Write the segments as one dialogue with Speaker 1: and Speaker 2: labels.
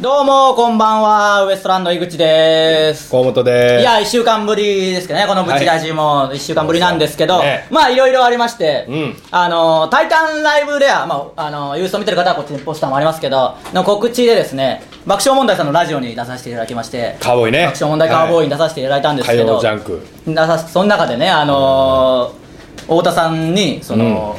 Speaker 1: どうも、こんばんは、ウエストランド井口です。
Speaker 2: 河本
Speaker 1: い
Speaker 2: で
Speaker 1: や、一週間ぶりですけどね、このブチラジも一週間ぶりなんですけど、
Speaker 2: そうですね
Speaker 1: まあ、いろいろありまして、
Speaker 2: うん
Speaker 1: あの、タイタンライブレア、まあ、あの、ユースト見てる方はこっちにポスターもありますけど、の告知でですね、爆笑問題さんのラジオに出させていただきまして、
Speaker 2: カウボーイね
Speaker 1: 爆笑問題カーボーイに
Speaker 2: だ
Speaker 1: 出させていただいたんですけど、
Speaker 2: 火曜ジャンク
Speaker 1: 出さその中でね、あのー太田さんにその、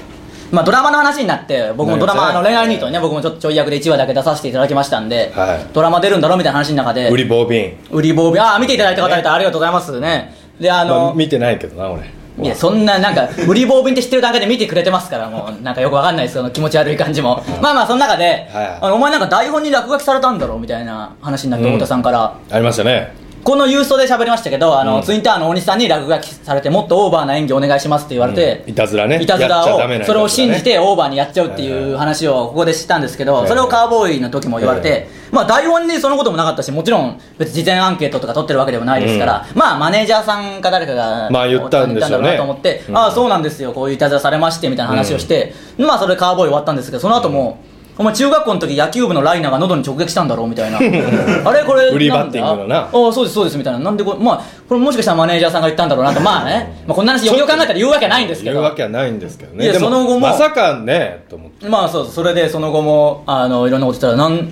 Speaker 1: まあ、ドラマの話になって僕もドラマ、
Speaker 2: な
Speaker 1: あ
Speaker 2: りましたね
Speaker 1: の恋愛ニートにね僕もちょっとちょい役で1話だけ出させていただきましたんで、
Speaker 2: はい
Speaker 1: ドラマ出るんだろみたいな話の中で
Speaker 2: 売り棒瓶
Speaker 1: 売り棒日ああ見ていただいた方々、ありがとうございますねであ
Speaker 2: まあ
Speaker 1: の、
Speaker 2: 見てないけどな俺
Speaker 1: いやそんななんか売り棒便って知ってる段階で見てくれてますからもうなんかよくわかんないですよ気持ち悪い感じもまあまあその中で、
Speaker 2: はい
Speaker 1: あのお前なんか台本に落書きされたんだろみたいな話になって、
Speaker 2: うん
Speaker 1: 太田さんから
Speaker 2: ありましたね
Speaker 1: この郵送で喋りましたけどあの、
Speaker 2: うん
Speaker 1: ツイッターの大西さんに落書きされてもっとオーバーな演技お願いしますって言われて、
Speaker 2: うんいたずらね
Speaker 1: いたずら
Speaker 2: やっちゃ
Speaker 1: を
Speaker 2: ダメな
Speaker 1: それを
Speaker 2: いたずら
Speaker 1: 信
Speaker 2: ね
Speaker 1: じてオーバーにやっちゃうって
Speaker 2: はいはい
Speaker 1: いう
Speaker 2: はい
Speaker 1: 話をここで知ったんですけど、
Speaker 2: はいはい
Speaker 1: それをカーボーイの時も言われて、
Speaker 2: はいはい
Speaker 1: まあ台本にそのこともなかったしもちろん別に事前アンケートとか取ってるわけでもないですから、まあマネージャーさんか誰かが
Speaker 2: まあ言ったんですよ
Speaker 1: 言
Speaker 2: ね
Speaker 1: っただろうなと思って、
Speaker 2: うん
Speaker 1: ああそうなんですよこういういたずらされましてみたいな話をして、まあそれでカーボーイ終わったんですけどその後も、お前中学校の時野球部のライナーが喉に直撃したんだろうみたいな あれこれ
Speaker 2: フリーバッティングのな
Speaker 1: ああそうですそうですみたいななんでこれまあこれもしかしたらマネージャーさんが言ったんだろうなとまあね、まあ、こんな話よくよく考えたら言うわけないんですけど
Speaker 2: 言うわけはないんですけど
Speaker 1: いや
Speaker 2: ねでも
Speaker 1: その後も
Speaker 2: まさかねと思って
Speaker 1: まあそうそれでその後もあのいろんなこと言ったらなん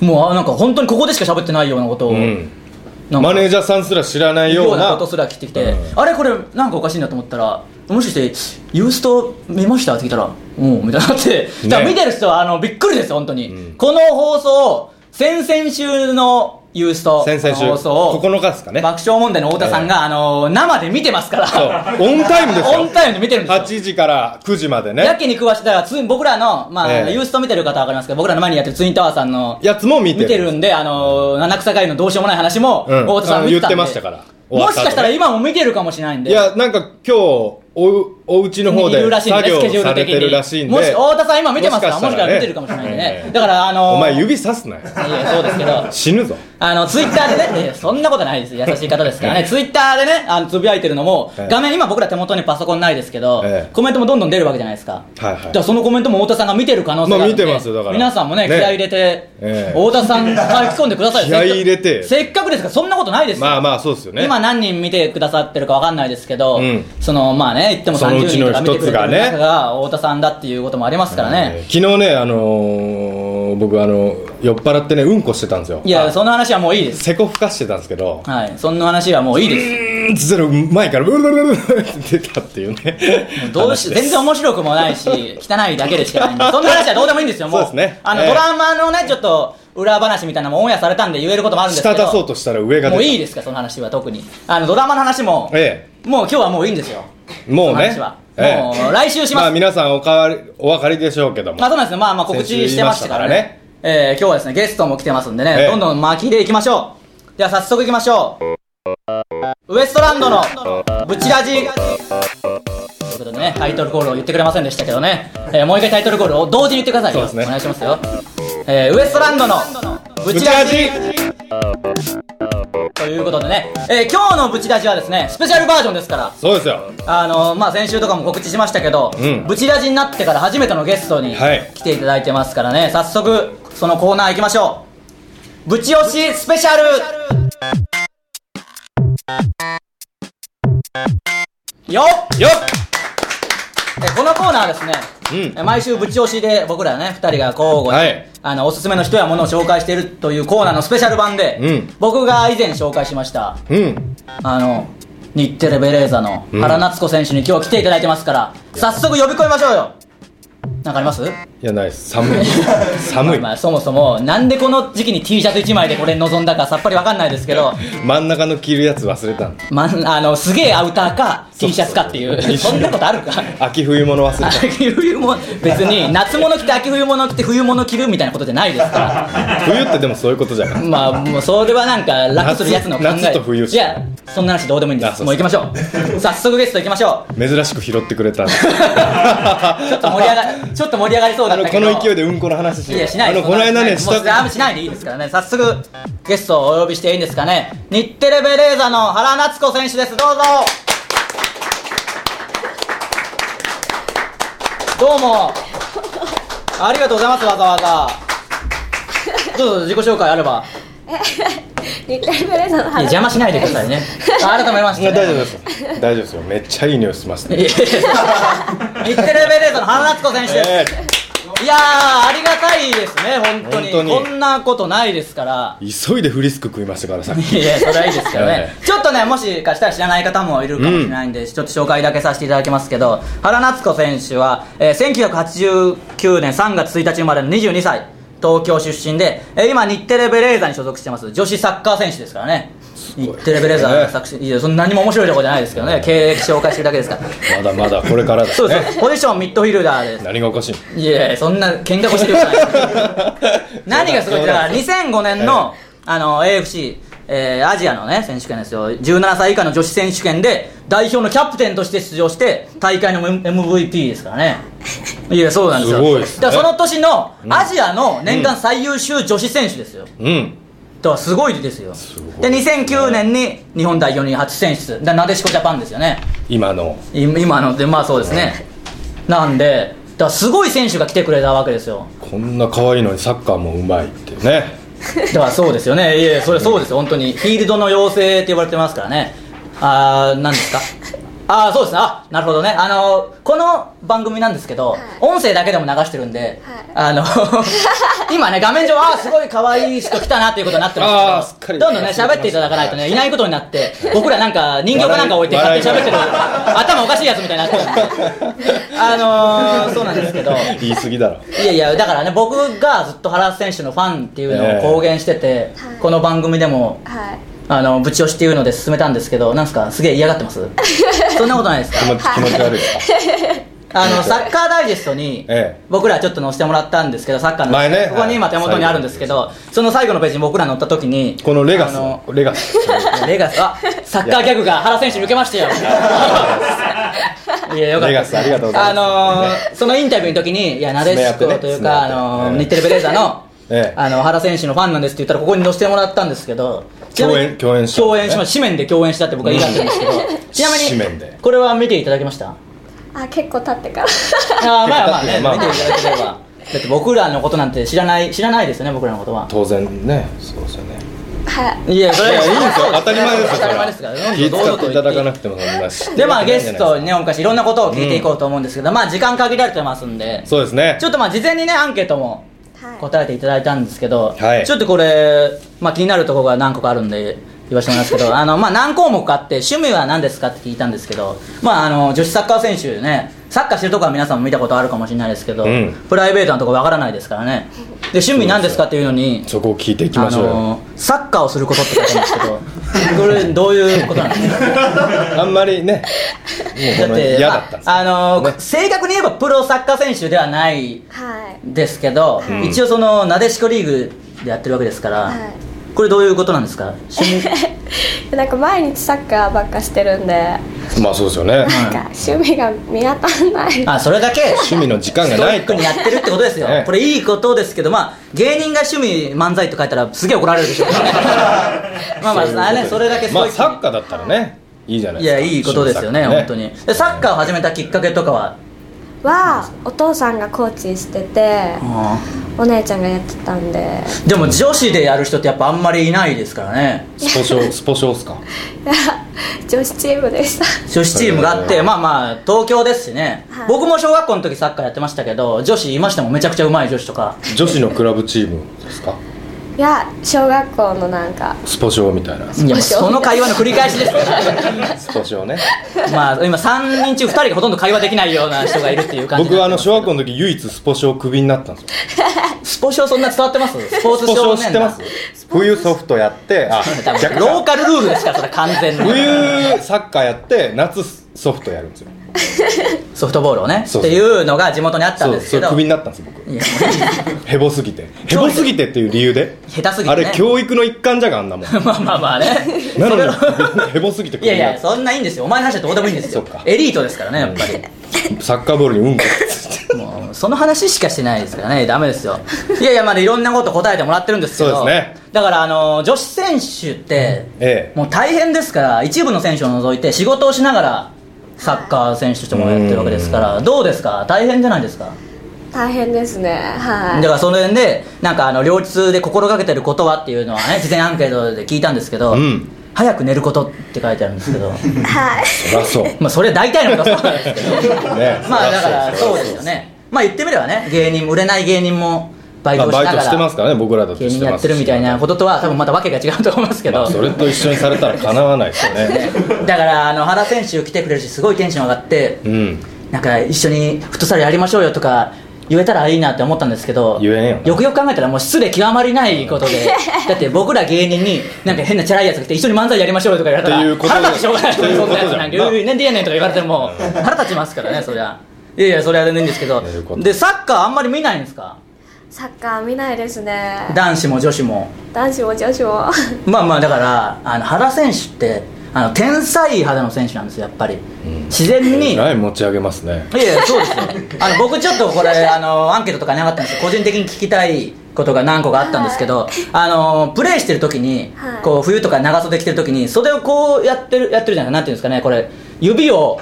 Speaker 1: もうあなんか本当にここでしか喋ってないようなことを、
Speaker 2: うん
Speaker 1: なんか
Speaker 2: マネージャーさんすら知らない
Speaker 1: よ
Speaker 2: よ
Speaker 1: う
Speaker 2: う
Speaker 1: な
Speaker 2: な
Speaker 1: ことすら聞いてきて、
Speaker 2: うん
Speaker 1: あれこれなんかおかしいなと思ったらもしかして「ユースト見ました?」って聞いたら「うん」みたいになって、
Speaker 2: ね
Speaker 1: だから見てる人はあのびっくりですよ本当に、
Speaker 2: うん
Speaker 1: この放送を先々週のユースト
Speaker 2: 先々週
Speaker 1: の放送を
Speaker 2: 9日ですかね
Speaker 1: 爆笑問題の太田さんが、あの生で見てますから
Speaker 2: そうオンタイムですよ
Speaker 1: オンタイムで見てるんですよ
Speaker 2: 8時から9時まで
Speaker 1: や
Speaker 2: ね
Speaker 1: けに詳しいだからつ僕らの、まあ
Speaker 2: ええ
Speaker 1: ユースト見てる方は分かりますけど僕らの前にやってるツインタワーさんの
Speaker 2: やつも見てる
Speaker 1: 見てるんで、あのー、七草会のどうしようもない話も、
Speaker 2: うん
Speaker 1: 太田さん見てたんで
Speaker 2: あの言ってましたから終わ
Speaker 1: もし
Speaker 2: っ
Speaker 1: た
Speaker 2: 後ね
Speaker 1: かしたら今も見てるかもしれないんで
Speaker 2: いやなんか今日おうお家の方
Speaker 1: い
Speaker 2: で
Speaker 1: るらしいん
Speaker 2: 作
Speaker 1: でねスケジュ
Speaker 2: 業
Speaker 1: ー
Speaker 2: さ
Speaker 1: ル
Speaker 2: れ
Speaker 1: 的
Speaker 2: てるらしい
Speaker 1: に
Speaker 2: ん
Speaker 1: もし
Speaker 2: で
Speaker 1: 太田さん今見てますからも
Speaker 2: も
Speaker 1: し
Speaker 2: し
Speaker 1: かしら
Speaker 2: かしたたらね
Speaker 1: 見てるかもしれないんでね、
Speaker 2: ええ
Speaker 1: だからあのー、
Speaker 2: お前指さすなよ
Speaker 1: いやそうですけど
Speaker 2: 死ぬぞ
Speaker 1: あのツイッターで ね、いやそんなことないです、優しい方ですからね、ツイッターでね、あのつぶやいてるのも
Speaker 2: ええ、
Speaker 1: 画面、今、僕ら手元にパソコンないですけど
Speaker 2: ええ、
Speaker 1: コメントもどんどん出るわけじゃないですか、
Speaker 2: はいはい
Speaker 1: だからそのコメントも太田さんが見てる可能性があるんで、
Speaker 2: まあ見てますよだから
Speaker 1: 皆さんもね、気
Speaker 2: ね
Speaker 1: 合い入れて、
Speaker 2: ええ
Speaker 1: 太田さん、書き込んでくださいよ
Speaker 2: 気合い入れて
Speaker 1: せっかくせっかくですから、そんなことないですよ、
Speaker 2: まあまあそうですよね
Speaker 1: 今、何人見てくださってるかわかんないですけど
Speaker 2: うん、
Speaker 1: そのまあね、言っても
Speaker 2: その
Speaker 1: 30
Speaker 2: うち
Speaker 1: 人
Speaker 2: の
Speaker 1: とか見てくれてる
Speaker 2: 一つがね
Speaker 1: 中が、太田さんだっていうこともありますから
Speaker 2: えー
Speaker 1: ね。
Speaker 2: 昨日ねあのー僕あの酔っ払ってねうんこしてたんですよ
Speaker 1: いや、その話はもういいです。
Speaker 2: せこふかしてたんですけど
Speaker 1: はい、そんな話はもういいです。
Speaker 2: うんっつったら前からブルブルブルブルって出たっていうね
Speaker 1: どうし
Speaker 2: 話です
Speaker 1: 全然面白くもないし汚いだけでし かないんでそんな話はどうでもいいんですよもう
Speaker 2: そうですね
Speaker 1: あの、
Speaker 2: ええ
Speaker 1: ドラマのねちょっと裏話みたいなのもオンエアされたんで言えることもあるんですけ
Speaker 2: 下
Speaker 1: ど
Speaker 2: 出そうとしたら上が出た
Speaker 1: もういいですかその話は特にあのドラマの話も、
Speaker 2: え
Speaker 1: もう今日はもういいんですよ
Speaker 2: えもうね
Speaker 1: その話は、
Speaker 2: ええ
Speaker 1: もう来週します、
Speaker 2: まあ皆さんおかわりお分かりでしょうけども
Speaker 1: まあそうなんですねまあまあ告知してましたからね
Speaker 2: 先週言いまし
Speaker 1: えー今日はですねゲストも来てますんでね、
Speaker 2: ええ
Speaker 1: どんどん巻きでいきましょうでは早速いきましょうウエストランドのブチラジということでねタイトルコールを言ってくれませんでしたけどね、えーもう一回タイトルコールを同時に言ってくださいよ
Speaker 2: そうですね
Speaker 1: お願いしますよ、えーウエストランドのブチラジということでね、えー今日のブチラジはですねスペシャルバージョンですから
Speaker 2: そうですよ
Speaker 1: あのまあ、先週とかも告知しましたけど、
Speaker 2: うん
Speaker 1: ブチラジになってから初めてのゲストに
Speaker 2: はい
Speaker 1: 来ていただいてますからね、早速そのコーナー行きましょうブチ推しスペシャルよっ
Speaker 2: よっ
Speaker 1: えこのコーナーはですね、
Speaker 2: うん
Speaker 1: え毎週ぶち押しで僕らね2人が交互に、
Speaker 2: はい
Speaker 1: あのおすすめの人やものを紹介しているというコーナーのスペシャル版で、
Speaker 2: うん
Speaker 1: 僕が以前紹介しました
Speaker 2: うん
Speaker 1: あの日テレベレーザの
Speaker 2: うん
Speaker 1: 原夏子選手に今日来ていただいてますから、早速呼び込みましょうよなんかあります
Speaker 2: いやないです寒い 寒い
Speaker 1: まあ、そもそもなんでこの時期に T シャツ1枚でこれに臨んだかさっぱりわかんないですけど、
Speaker 2: 真ん中の着るやつ忘れたの
Speaker 1: ま、あのすげえアウターか T シャツかっていう
Speaker 2: そうそう
Speaker 1: そんなことあるか
Speaker 2: 秋冬物忘れ た
Speaker 1: 秋冬も別に夏物着て秋冬物着て冬物着るみたいなことじゃないです か
Speaker 2: 冬ってでもそういうことじゃな
Speaker 1: ら
Speaker 2: い
Speaker 1: まあもうそれはなんか楽するやつの考え
Speaker 2: 夏夏と冬
Speaker 1: いやそんな話どうでもいいんで
Speaker 2: あ
Speaker 1: す
Speaker 2: そう
Speaker 1: もう行きましょう早速ゲスト行きましょう
Speaker 2: 珍しく拾ってくれたんで
Speaker 1: ちょっと盛り上がちょっと盛り上がりそうだ
Speaker 2: あ
Speaker 1: っ
Speaker 2: の
Speaker 1: た
Speaker 2: こ
Speaker 1: けど
Speaker 2: の勢いでうんこの話し
Speaker 1: いやしない
Speaker 2: あ
Speaker 1: で
Speaker 2: の
Speaker 1: す
Speaker 2: この間ね
Speaker 1: もうもうあんましないでいいですからね早速ゲストをお呼びしていいんですかね日テレベレーザの原夏子選手ですどうぞどうもありがとうございますわざわざどうぞ自己紹介あれば
Speaker 3: 二回目でその
Speaker 1: いや
Speaker 3: 話
Speaker 1: 邪魔しないでくださいねあ改めまし
Speaker 2: いや
Speaker 1: て、
Speaker 2: 大丈夫
Speaker 1: ね
Speaker 2: です大丈夫ですよめっちゃいい匂いしますね
Speaker 1: いや日テレベレーザの原夏子選手です、
Speaker 2: え
Speaker 1: いやーありがたいですね本当に
Speaker 2: 本当に
Speaker 1: こんなことないです から
Speaker 2: ー急いでフリスク食いましたからさっき
Speaker 1: いやそれはいいですけどね
Speaker 2: え
Speaker 1: ちょっとねもしかしたら知らない方もいるかもしれないんで、ちょっと紹介だけさせていただきますけど原夏子選手は、えー1989年3月1日生まれの22歳東京出身で、えー今日テレベレーザに所属してます女子サッカー選手ですからね
Speaker 2: ご
Speaker 1: 日
Speaker 2: い
Speaker 1: テレベレーザの作詞いやそんな何も面白いとこじゃないですけどね経歴紹介してるだけですから
Speaker 2: まだまだこれからだ
Speaker 1: そうです ね
Speaker 2: ね
Speaker 1: ポジションミッドフィルダ ーです
Speaker 2: 何がおかしいの
Speaker 1: いやいやそんな喧嘩腰してるじゃないですか何がすごいってだ から2005年の,、あの AFC、えーアジアのね選手権ですよ17歳以下の女子選手権で代表のキャプテンとして出場して大会の M- MVP ですから ねいやそうなんですよ
Speaker 2: すごいですね
Speaker 1: だからその年のアジアの年間最優秀女子選手ですよ、
Speaker 2: うん
Speaker 1: だからすごいですよ
Speaker 2: ごい
Speaker 1: で2009年に日本代表に初選出だからなでしこジャパンですよね
Speaker 2: 今の
Speaker 1: い今のでまあそうですねなんでだからすごい選手が来てくれたわけですよ
Speaker 2: こんな可愛いのにサッカーもうまいってね
Speaker 1: だからそう ですよねいえいえそれそうですよ本当にフィールドの妖精って呼ばれてますからねああ何ですかああそうですねあなるほどねあのこの番組なんですけど、音声だけでも流してるんで、あの今ね画面上ああすごい可愛い人来たなっていうことになって
Speaker 2: あー
Speaker 1: ますす
Speaker 2: っか
Speaker 1: け
Speaker 2: り
Speaker 1: どどんどんね喋っていただかないとねいないことになって僕らなんか人形かなんか置いて勝
Speaker 2: 笑い
Speaker 1: 手に喋ってる頭おかしいやつみたいになってるん であのー、そうなんですけど
Speaker 2: 言い過ぎだろ
Speaker 1: いやいやだからね僕がずっと原選手のファンっていうの
Speaker 2: え
Speaker 1: を
Speaker 2: え
Speaker 1: 公言してて、
Speaker 3: はい
Speaker 1: この番組でも
Speaker 3: はい
Speaker 1: あのぶち押しっていうので進めたんですけどなんすかすげえ嫌がってます そんなことないですか
Speaker 2: 気持ち気持ち悪いですか
Speaker 1: あのサッカーダイジェストに
Speaker 2: ええ
Speaker 1: 僕らちょっと載せてもらったんですけどサッカーの、
Speaker 2: 前ね
Speaker 1: ここ
Speaker 2: は
Speaker 1: に
Speaker 2: い
Speaker 1: 今手元にあるんですけど、その最後のページに僕ら載った時に
Speaker 2: このレガ
Speaker 1: あの
Speaker 2: スレガス
Speaker 1: レガスあサッカーギャグが原選手に受けましたよいやよかった
Speaker 2: レガスありがとうございます
Speaker 1: あのーそのインタビューの時にいやなでしこ
Speaker 2: 爪痕ね
Speaker 1: というか、
Speaker 2: 爪痕
Speaker 1: あのー
Speaker 2: ええ
Speaker 1: 日テレベレーザーの,、
Speaker 2: ええ
Speaker 1: あの原選手のファンなんですって言ったらここに載せてもらったんですけどちなみに
Speaker 2: 共演共演した
Speaker 1: 共演しました紙面で共演したって僕は言い張ってるんですけど、ちなみ
Speaker 2: 紙面で
Speaker 1: にこれは見ていただきました
Speaker 3: あ結構経ってから
Speaker 1: あーまあまあ ね、
Speaker 2: まあ
Speaker 1: 見
Speaker 2: ま
Speaker 1: て
Speaker 2: あ
Speaker 1: いただければだって僕らのことなんて知らない知らないですよね僕らのことは
Speaker 2: 当然ねそうですよね
Speaker 3: はい
Speaker 1: いやそ
Speaker 2: い
Speaker 1: れ
Speaker 2: やいいんですよ当たり前ですよ
Speaker 1: 当たり前ですから
Speaker 2: 気使っていただかなくてもそんな
Speaker 1: でまあゲストに
Speaker 2: に
Speaker 1: ねお昔いろんなことを聞いていこうと思うんですけど、まあ時間限られてますんで
Speaker 2: そうですね
Speaker 1: ちょっとまあ事前にねアンケートも
Speaker 3: はい
Speaker 1: 答えていただいたんですけど、
Speaker 2: はい
Speaker 1: ちょっとこれ、まあ、気になるところが何個かあるんで言わせてもらいます けどあの、まあ、何項目かあって趣味は何ですかって聞いたんですけど、まあ、あの女子サッカー選手ねサッカーしてるとこは皆さんも見たことあるかもしれないですけど、
Speaker 2: うん
Speaker 1: プライベートなとこわからないですからねで趣味何ですかっていうのに
Speaker 2: そこを聞いていきましょう
Speaker 1: あ
Speaker 2: よ
Speaker 1: のサッカーをすることって書いてますけどこれどういうことなんですか
Speaker 2: あんまりね
Speaker 1: だ
Speaker 2: もうこ
Speaker 1: っ
Speaker 2: の
Speaker 1: て、
Speaker 2: 嫌だったんです
Speaker 1: まあ、あのー
Speaker 2: ね
Speaker 1: 正確に言えばプロサッカー選手ではない
Speaker 3: はい
Speaker 1: ですけど、
Speaker 2: ん
Speaker 1: 一応そのなでしこリーグでやってるわけですから、
Speaker 3: はい
Speaker 1: これどういうことなんですか趣 味
Speaker 3: でなんか毎日サッカーばっかしてるんで
Speaker 2: まあそうですよね
Speaker 3: なんか趣味が見当たらない
Speaker 1: あそれだけ
Speaker 2: 趣味の時間
Speaker 1: ス
Speaker 2: が
Speaker 1: ト
Speaker 2: な
Speaker 1: イッ
Speaker 2: い
Speaker 1: ク
Speaker 2: と
Speaker 1: にやってるってことですよ、
Speaker 2: ね
Speaker 1: これいいことですけどまあ芸人が趣味漫才と書いたらすげえ怒られるで しょうねまあまああれねそれだけス
Speaker 2: ま
Speaker 1: トイッ
Speaker 2: あ
Speaker 1: ク
Speaker 2: サ
Speaker 1: に
Speaker 2: ッカーだったらねいいじゃない
Speaker 1: い
Speaker 2: です
Speaker 1: や
Speaker 2: か
Speaker 1: いいことですよね
Speaker 2: 趣味
Speaker 1: 本当にで
Speaker 2: サッカー
Speaker 1: サッカーを始めたきっかけとかは、
Speaker 3: はお父さんがコーチしててお姉ちゃんがやってたんで
Speaker 1: でも女子でやる人ってやっぱあんまりいないですからね
Speaker 2: ス ポ少スポ少っすか
Speaker 3: いや女子チームでした
Speaker 1: 女子チームがあって、
Speaker 2: うん
Speaker 1: まあまあ東京ですしね、
Speaker 3: はい
Speaker 1: 僕も小学校の時サッカーやってましたけど女子いましてもめちゃくちゃうまい女子とか
Speaker 2: 女子のクラブチームですか
Speaker 3: いや小学校のなんか
Speaker 2: スポ少みたい ない
Speaker 1: やまあその会話の繰り返 しですよ
Speaker 2: スポ少ね
Speaker 1: まあ今3人中2人がほとんど会話できないような人がいるっていう感じ
Speaker 2: 僕はあの小学校の時唯一スポ少クビになったんですよ
Speaker 1: スポ少そんな伝わってますスポーツ
Speaker 2: スポ
Speaker 1: 少
Speaker 2: 少
Speaker 1: 年
Speaker 2: 知ってます冬ソフトやってあ
Speaker 1: 多分
Speaker 2: 逆
Speaker 1: ロー
Speaker 2: か
Speaker 1: カルルールですからそれ完全に
Speaker 2: 冬サッカーやって夏ソフトやるんですよ
Speaker 1: ソフトボールをね
Speaker 2: そ
Speaker 1: っ
Speaker 2: うそう
Speaker 1: ていうのが地元にあったん
Speaker 2: そ
Speaker 1: で
Speaker 2: う
Speaker 1: す
Speaker 2: そ
Speaker 1: け
Speaker 2: れ
Speaker 1: ど
Speaker 2: クビになったんです 僕
Speaker 1: いや
Speaker 2: ヘボすぎてヘボすぎてっていう理由で
Speaker 1: 下手すぎ
Speaker 2: あ
Speaker 1: て、ね、
Speaker 2: れ教育の一環じゃがあんなも
Speaker 1: まあ
Speaker 2: ん
Speaker 1: まあまあね
Speaker 2: なのにヘボすぎてク
Speaker 1: い
Speaker 2: ビ
Speaker 1: や
Speaker 2: に
Speaker 1: い
Speaker 2: な
Speaker 1: や
Speaker 2: った
Speaker 1: そんないいんですよお前の話はどうでもいいんですよ
Speaker 2: そっか
Speaker 1: エリートですからねやっぱり、
Speaker 2: サッカーボールにうんこ
Speaker 1: もうその話しかしてないですからねダメですよいやいやまだいろんなこと答えてもらってるんですけど
Speaker 2: そうですね
Speaker 1: だからあの女子選手って、
Speaker 2: ええ
Speaker 1: もう大変ですから一部の選手を除いて仕事をしながらサッカー選手としてもやってるわけですからどうですか大変じゃないですか
Speaker 3: 大変ですねは
Speaker 1: だ
Speaker 3: い
Speaker 1: からその辺でなんかあの両立で心がけてることはっていうのはね事前アンケートで聞いたんですけど、
Speaker 2: うん
Speaker 1: 早く寝ることって書いてあるんですけど
Speaker 3: はい
Speaker 2: そらそうね
Speaker 1: まあそれは大体のことはそうなんですけど まあだから
Speaker 2: そ
Speaker 1: そう
Speaker 2: ら
Speaker 1: ですよねまあ言ってみればね芸人売れない芸人もバイ
Speaker 2: ま
Speaker 1: トを
Speaker 2: あ
Speaker 1: しな
Speaker 2: バイト
Speaker 1: が
Speaker 2: してま
Speaker 1: ら
Speaker 2: すからね僕らだって
Speaker 1: 芸
Speaker 2: し
Speaker 1: 人
Speaker 2: て
Speaker 1: や
Speaker 2: ま
Speaker 1: っ
Speaker 2: すして
Speaker 1: るみたいなこととは多分また訳が違うと思いますけど、
Speaker 2: まあそれと一緒にされたらかなわないですよね
Speaker 1: だからあの原選手来てくれるしすごいテンション上がって
Speaker 2: うん
Speaker 1: なんか一緒にフットサルやりましょうよとか言えたらいいなって思ったんですけど
Speaker 2: 言えねえよな
Speaker 1: くよく考えたらもう失礼極まりないこと でだって僕ら芸人になんか変なチャラいやつが来て一緒に漫才やりましょうよとか言われたら
Speaker 2: っていうことで
Speaker 1: 腹立つしょうがない
Speaker 2: っていうこと
Speaker 1: そん
Speaker 2: じゃん
Speaker 1: なやつなんか
Speaker 2: な
Speaker 1: うーなんでやねんとか言われて も腹立ちますからねそりゃいやいやそれは全然いいんですけど
Speaker 2: やること
Speaker 1: でサッカーあんまり見ないんですか
Speaker 3: サッカー見ないですね
Speaker 1: 男子も女子も
Speaker 3: 男子も女子も
Speaker 1: まあまあだからあの原選手ってあの天才肌の選手なんですよやっぱり、自然に
Speaker 2: えらい持ち上げますね
Speaker 1: いやいやそうですよあの僕ちょっとこれあのアンケートとかに上がったんですけど個人的に聞きたいことが何個かあったんですけど、あのプレイしてる時に、
Speaker 3: はい
Speaker 1: こう冬とか長袖着てる時に袖をこうやってるやってるじゃないなんていうんですかねこれ指を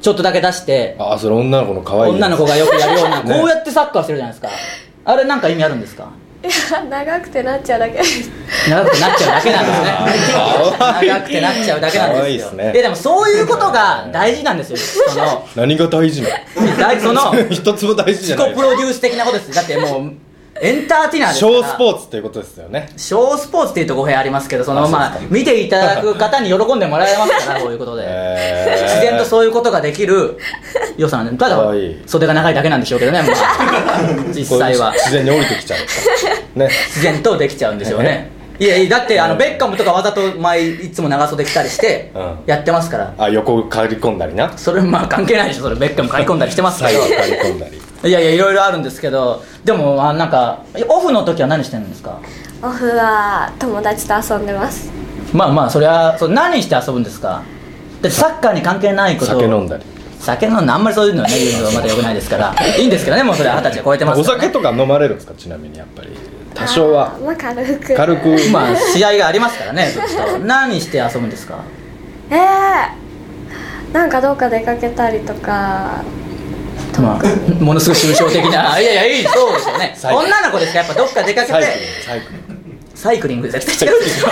Speaker 1: ちょっとだけ出して
Speaker 2: あそれ女の子の可愛い
Speaker 1: 女の子がよくやるような、
Speaker 2: ね
Speaker 1: こうやってサッカーしてるじゃないですかあれなんか意味あるんですか
Speaker 3: いや長くてなっちゃうだけです
Speaker 1: 長くなっちゃうだけなんですね
Speaker 2: 可愛い
Speaker 1: 長くてなっちゃうだけなん
Speaker 2: 可愛
Speaker 1: で
Speaker 2: いです
Speaker 1: よ
Speaker 2: すね
Speaker 1: いやでもそういうことが大事なんですよそ の
Speaker 2: 何が大事な
Speaker 1: 大その
Speaker 2: の 一つも大事じ
Speaker 1: 自
Speaker 2: ゃない
Speaker 1: 己プロデュース的なことですだってもうエンターテイナーです
Speaker 2: シ
Speaker 1: から
Speaker 2: ョースポーツっていうことですよね
Speaker 1: 小スポーツっていうと語弊ありますけどその
Speaker 2: あそうで
Speaker 1: ま
Speaker 2: すか
Speaker 1: あ見ていただく方に喜んでもらえます からこういうことで、
Speaker 2: えー
Speaker 1: 自然とそういうことができる良さなんでただ
Speaker 2: かわいい
Speaker 1: 袖が長いだけなんでしょうけどね、まあ、実際は
Speaker 2: こう自然に降りてきちゃうね
Speaker 1: 自然とできちゃうんですよねいやいやだってあのベッカムとかわざと前いつも長袖着たりして
Speaker 2: うん
Speaker 1: やってますから
Speaker 2: あ横刈り込んだりな
Speaker 1: それまあ関係ないでしょそれベッカム買い込んだりしてますけ
Speaker 2: 最
Speaker 1: ど
Speaker 2: 後刈り込んだり
Speaker 1: いやいやいろいろあるんですけどでもあなんかオフの時は何してるんですか
Speaker 3: オフは友達と遊んでます
Speaker 1: まあまあそれはそう何して遊ぶんですかでサッカーに関係ないことを
Speaker 2: 酒飲んだり
Speaker 1: 酒飲んだあんまりそういうのはね言うのはまだよくないですからいいんですけどねもうそれは二十歳を超えてます
Speaker 2: お
Speaker 1: から、ね、
Speaker 2: 酒とか飲まれるんですかちなみにやっぱり多少
Speaker 3: あ
Speaker 2: は
Speaker 3: ーまあ軽く
Speaker 2: 軽く
Speaker 1: まあ試合がありますからねずっと何して遊ぶんですか
Speaker 3: えー、なんかどうか出かけたりとか
Speaker 1: まあものすごい抽象的 ないやいやいいそうですよね
Speaker 2: サイクリング
Speaker 1: 女の子ですからやっぱどっか出かけ
Speaker 2: サイク
Speaker 1: て
Speaker 2: リングサイクリング
Speaker 1: サイクリング絶対違うでしょ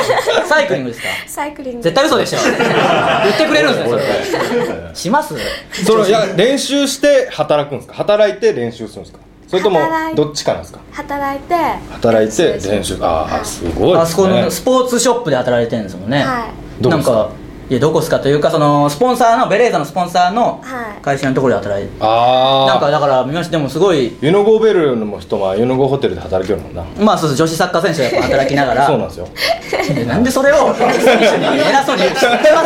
Speaker 1: サイクリングですか
Speaker 3: サイクリング
Speaker 1: 絶対嘘でしょ言ってくれるんですねそれします
Speaker 2: そのいや練習して働くんですか働いて練習するんですかそれとも
Speaker 3: 働い
Speaker 2: どっちかなんですか
Speaker 3: 働いて
Speaker 2: 働いて練習ああすごい
Speaker 1: あ
Speaker 2: で
Speaker 1: そこの
Speaker 2: す
Speaker 1: ス
Speaker 2: ね
Speaker 1: ポーツショップで働いてるんですもんね、
Speaker 3: はい
Speaker 2: どこ
Speaker 1: な
Speaker 2: で
Speaker 1: ん
Speaker 2: すか
Speaker 1: かいやどこですかというかそのスポンサーのベレーザのスポンサーの
Speaker 3: はい
Speaker 1: 会社のところで働いて、なんか
Speaker 2: ああ
Speaker 1: だから見ましてでもすごい
Speaker 2: ユノゴーベルの人はユノゴーホテルで働けるもんな
Speaker 1: まあそうそう女子サッカー選手がやっぱ働きながら
Speaker 2: そうなんですよ
Speaker 1: でなんでそれ を偉そうに言う知ってま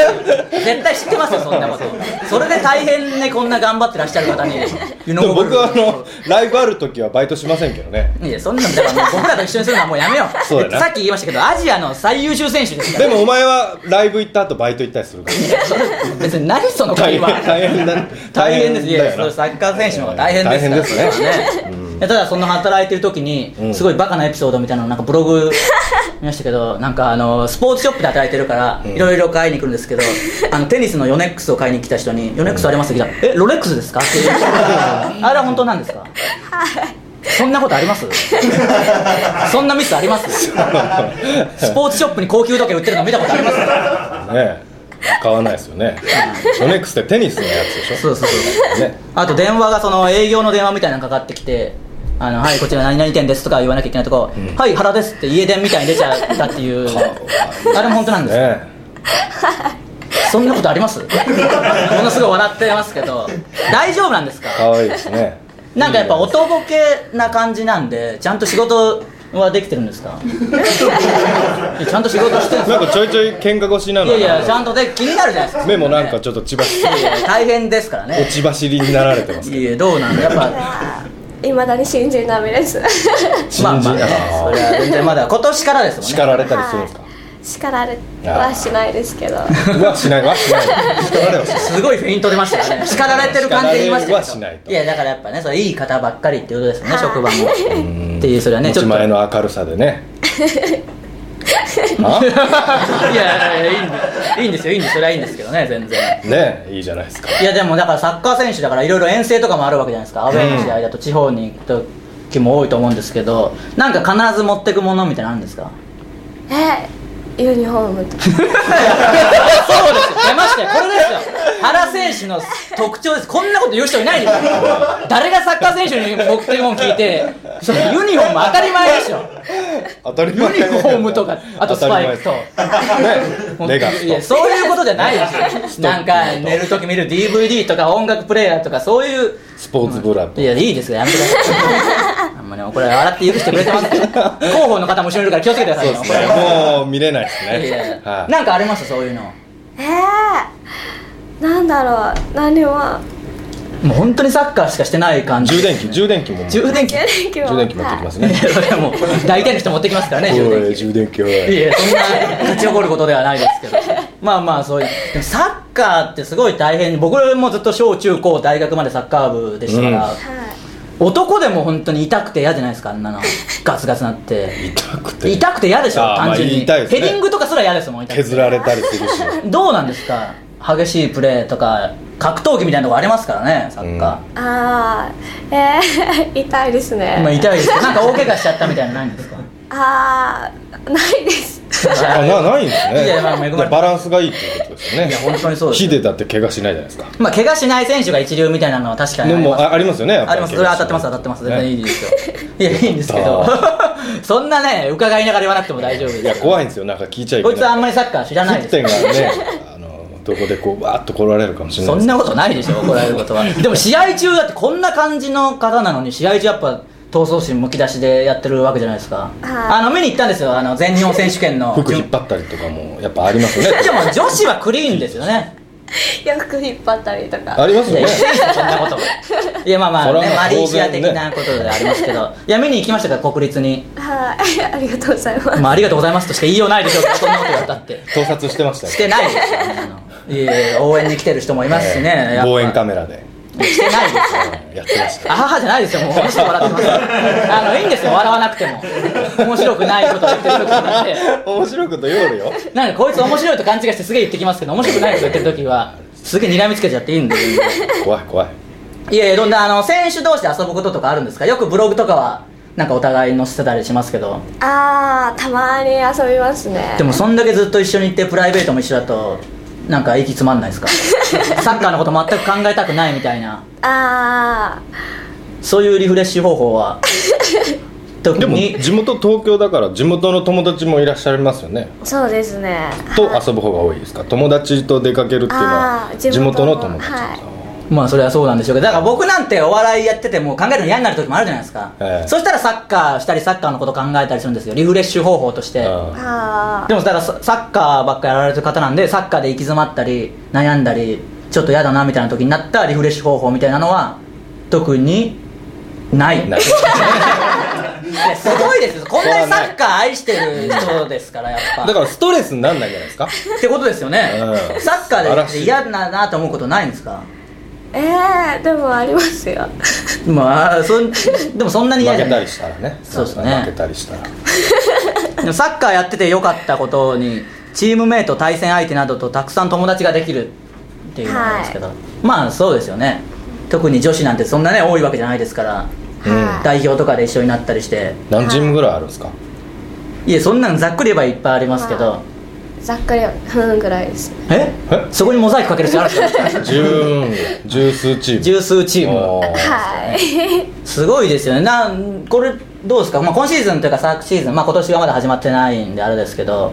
Speaker 1: す絶対知ってますよそんなことそれで大変ねこんな頑張ってらっしゃる方にユ
Speaker 2: でも僕はあのライブある時はバイトしませんけどね
Speaker 1: いやそんなんだからもう僕らと一緒にするのはもうやめよう
Speaker 2: そうだな
Speaker 1: さっき言いましたけどアジアの最優秀選手ですから
Speaker 2: でもお前はライブ行った後バイト行ったりするから
Speaker 1: 別に何その会話
Speaker 2: 大変だ
Speaker 1: 大変ですいやいやそ
Speaker 2: だ
Speaker 1: れ
Speaker 2: よ
Speaker 1: サ
Speaker 2: な
Speaker 1: ッカー選手の方が大変ですから
Speaker 2: 大変ですね
Speaker 1: いやただその働いてる時に、
Speaker 2: うん
Speaker 1: すごいバカなエピソードみたいなのなんかブロ グ見ましたけどなんかあのスポーツショップで働いてるから、いろいろ買いに来るんですけどあのテニスのヨネックスを買いに来た人に「ヨネックスあります?」って聞いたら「えロレックスですか?」って言う あれは本当なんですかそんなことありますそんなミスあり ますスポーツショップに高級時計売ってるの見たことあり ます
Speaker 2: ねえ買わないですよねヨネックスってテニスのやつでしょ
Speaker 1: そうそうそう
Speaker 2: ね
Speaker 1: あと電話がその営業の電話みたいなのかかってきて「あのはいこちら何々店です」とか言わなきゃいけないとこ「はい原です」って家電みたいに出ちゃったっていう あれも本当なんですか
Speaker 2: ね
Speaker 1: そんなことあります ものすごい笑ってますけど大丈夫なんですか
Speaker 2: 可愛いですね
Speaker 1: なんかやっぱ男ぼけな感じなんでちゃんと仕事はできてるんです かいやちゃんと仕事してるんです
Speaker 2: な
Speaker 1: か
Speaker 2: んかちょいちょい喧嘩腰なの
Speaker 1: いやいやちゃんとで気になるじゃないですか
Speaker 2: 目もなんかちょっと血走
Speaker 1: い
Speaker 2: り
Speaker 1: やいや大変ですからね
Speaker 2: 落ち走りになられてます
Speaker 1: いやいやどうなんだやっぱ
Speaker 3: いまだに新人ダメです
Speaker 1: まあまあ、ね、それ
Speaker 2: あ
Speaker 1: は全然まだ今年からですもんね
Speaker 2: 叱られたりするんですか
Speaker 3: 叱られはしないですけど
Speaker 2: はしないはしない叱られはしない
Speaker 1: すごいフェイント出ましたからね叱られてる感じで言いましたけど
Speaker 2: 叱られはしないと
Speaker 1: やだからやっぱねそれいい方ばっかりっていうことですよね
Speaker 3: はい
Speaker 1: 職場もっていうそれはね
Speaker 2: 持
Speaker 1: ちょ
Speaker 2: ち
Speaker 1: っと
Speaker 2: 前の明るさでねあ
Speaker 1: いやいやいやいいんですいいんですよいいんですそれはいいんですけどね全然
Speaker 2: ねえいいじゃないですか
Speaker 1: いやでもだからサッカー選手だからいろいろ遠征とかもあるわけじゃないですかアウェーの試合だと地方に行く時も多いと思うんですけどなんか必ず持ってくものみたいなのあるんですか
Speaker 3: えユニフォーム とか
Speaker 1: そうですよ出ましたよこれですよ原選手の特徴ですこんなこと言う人いないですよ誰がサッカー選手に僕ってもん聞いてそれユニフォーム当たり前でしょ
Speaker 2: 当たり
Speaker 1: ユ
Speaker 2: 前
Speaker 1: ニフォームとかあとスパイクと
Speaker 2: 当たり前ですねレガ
Speaker 1: いや
Speaker 2: スと
Speaker 1: そういうことじゃないですよなんか寝る時見る DVD とか音楽プレイヤーとかそういう
Speaker 2: スポーツブラと
Speaker 1: いやいいですよやめてくださいあんまりこれ笑って許してくれてますよ広報の方も後ろにいるから気をつけてくださいよ
Speaker 2: そうですねもう見れないです
Speaker 1: いやいや
Speaker 2: ねはい
Speaker 1: なんかありましたそういうの
Speaker 3: えー、なんだろう何も
Speaker 1: もう本当にサッカーしかしてない感じ
Speaker 2: 充電器充電器も
Speaker 1: 充電器
Speaker 3: 充電器も
Speaker 2: 充電器持ってきます
Speaker 1: い
Speaker 2: ね
Speaker 1: やそれはもう 大体の人持ってきますからね充
Speaker 2: お
Speaker 1: 電
Speaker 2: い
Speaker 1: 器
Speaker 2: 充電器お
Speaker 1: い
Speaker 2: い
Speaker 1: やそんな立ち起こることではないですけどまあまあそういうでもサッカーってすごい大変僕もずっと小中高大学までサッカー部でしたから、
Speaker 2: うん
Speaker 3: はい
Speaker 1: 男でも本当に痛くて嫌じゃないですかあんな のガツガツなって
Speaker 2: 痛くて
Speaker 1: 痛くて嫌でしょ
Speaker 2: あー
Speaker 1: 単純
Speaker 2: まあ
Speaker 1: に、
Speaker 2: 痛いですね
Speaker 1: ヘディングとかすら嫌ですもん痛くて
Speaker 2: 削られたり するし
Speaker 1: どうなんですか激しいプレーとか格闘技みたいなとこありますからねサッカ
Speaker 3: ああえー、 痛いです
Speaker 1: ー、
Speaker 3: ね、
Speaker 1: まあ、痛いですけどなんか大怪我しちゃったみたいなのないんですか
Speaker 3: ああないです
Speaker 2: あな ないんですね
Speaker 1: いやまあ恵まれてる
Speaker 2: バランスがいいっていうことですよね
Speaker 1: いや本当にそうです
Speaker 2: ヒデだって怪我しないじゃないですか
Speaker 1: まあ怪我しない選手が一流みたいなのは確かに
Speaker 2: で
Speaker 1: あり
Speaker 2: も
Speaker 1: ます
Speaker 2: あありますよねやっ
Speaker 1: あ
Speaker 2: ぱ
Speaker 1: り
Speaker 2: り
Speaker 1: ますそれは当たってます当たってます全然いい
Speaker 2: ね
Speaker 1: ですよ いやいいんですけど そんなね伺いながら言わなくても大丈夫です
Speaker 2: いや怖いんですよなんか聞いちゃいけ
Speaker 1: こ
Speaker 2: ない
Speaker 1: いつはあんまりサッカー知らないで
Speaker 2: 接
Speaker 1: す
Speaker 2: 点がね あのどこでこうわーっと来られるかもしれな
Speaker 1: そ
Speaker 2: い
Speaker 1: んなことないでしょ怒られること はでも試合中だってこんな感じの方なのに試合中やっぱ闘争心むき出しでやってるわけじゃないですかあの見に行ったんですよあの全日本選手権の
Speaker 2: 服
Speaker 1: 準
Speaker 2: 引っ張ったりとかもやっぱあります よね
Speaker 1: でも女子はクリーンですよ ね
Speaker 3: 洋服引っ張ったりとか
Speaker 2: あります
Speaker 1: いや
Speaker 2: よ
Speaker 1: い
Speaker 2: ね
Speaker 1: いですよそんなこといやまあまあ、
Speaker 2: それは
Speaker 1: ね、
Speaker 2: まあ
Speaker 1: マレーシア
Speaker 2: 当
Speaker 1: 的
Speaker 2: 然ね
Speaker 1: なことでありますけどいや見に行きましたから国立に
Speaker 3: はいありがとうございます、
Speaker 1: まあありがとうございますとしか言いようないでしょうけどそんなこと言ったって
Speaker 2: 盗撮してました
Speaker 1: して
Speaker 2: よ
Speaker 1: ないですよあんなのいやいや応援に来てる人もいますしね、やっぱ
Speaker 2: 望遠カメラで
Speaker 1: してないですよ
Speaker 2: やってました
Speaker 1: あははじゃないですよ、もう、面白い笑ってます。あの、いいんですよ、笑わなくても。面白くないことを言ってる時だって。
Speaker 2: 面白いこと言おるよ
Speaker 1: なんか、こいつ面白いと勘違いしてすげえ言ってきますけど、面白くないこと言ってる時は、すげえ睨みつけちゃっていいんで。
Speaker 2: 怖い 怖い
Speaker 1: いやいや、どんな、あの、選手同士で遊ぶこととかあるんですかよくブログとかは、なんかお互い載せてたりしますけど。
Speaker 3: ああたまに遊びますね
Speaker 1: でも、そんだけずっと一緒に行って、プライベートも一緒だと、なんか息詰まんないですかサッカーのこと全く考えたくないみたいな。
Speaker 3: あ
Speaker 1: そういうリフレッシュ方法は。特
Speaker 2: でも
Speaker 1: に
Speaker 2: 地元東京だから地元の友達もいらっしゃいますよね
Speaker 3: あそうですね
Speaker 2: と遊ぶ方が多いですか友達と出かけるっていうの
Speaker 3: あ
Speaker 2: は
Speaker 3: ー
Speaker 2: 地
Speaker 3: 地
Speaker 2: 元
Speaker 3: 元の
Speaker 2: の友達
Speaker 3: はい
Speaker 1: まあそれはそうなんでしょうけどだから僕なんてお笑いやっててもう考えるの嫌になる時もあるじゃないですか、
Speaker 2: ええ
Speaker 1: そしたらサッカーしたりサッカーのこと考えたりするんですよリフレッシュ方法として、
Speaker 2: あ
Speaker 3: あ
Speaker 1: でもだからササッカーばっかやられてる方なんでサッカーで行き詰まったり悩んだりちょっと嫌だなみたいな時になったリフレッシュ方法みたいなのは特にない
Speaker 2: ーない
Speaker 1: いやすごいですよこんなにサッカー愛してる人ですからやっぱ
Speaker 2: だからストレスになんないじゃないですか
Speaker 1: ってことですよね、
Speaker 2: うん
Speaker 1: サッカ
Speaker 2: 素晴
Speaker 1: ー
Speaker 2: ら
Speaker 1: で
Speaker 2: しい
Speaker 1: 嫌だなと思うことないんですか
Speaker 3: ーえー、でもありますよ
Speaker 1: まあそんでもそんなに嫌
Speaker 2: 負
Speaker 1: じゃ
Speaker 2: け
Speaker 1: な
Speaker 2: た
Speaker 1: い
Speaker 2: りしたらね
Speaker 1: そうですね
Speaker 2: 負けたりしたら
Speaker 1: でもサッカーやってて良かったことにチームメイト対戦相手などとたくさん友達ができるっていうのなんですけど、まあそうですよね特に女子なんてそんなね多いわけじゃないですから
Speaker 3: は
Speaker 1: 代表とかで一緒になったりして
Speaker 2: 何チームぐらいあるんですか
Speaker 1: いやそんなんざっくり言えばいっぱいありますけど
Speaker 3: いざっくりふんぐらいです
Speaker 1: え
Speaker 2: え
Speaker 1: そこにモザイクかける必要あるんですか
Speaker 2: 十 十数チーム
Speaker 1: 十数チーム
Speaker 2: おー
Speaker 3: はい
Speaker 1: すごいですよねなんこれどうですか、まあ、今シーズンというか昨シーズン、まあ、今年がまだ始まってないんであれですけど
Speaker 3: はい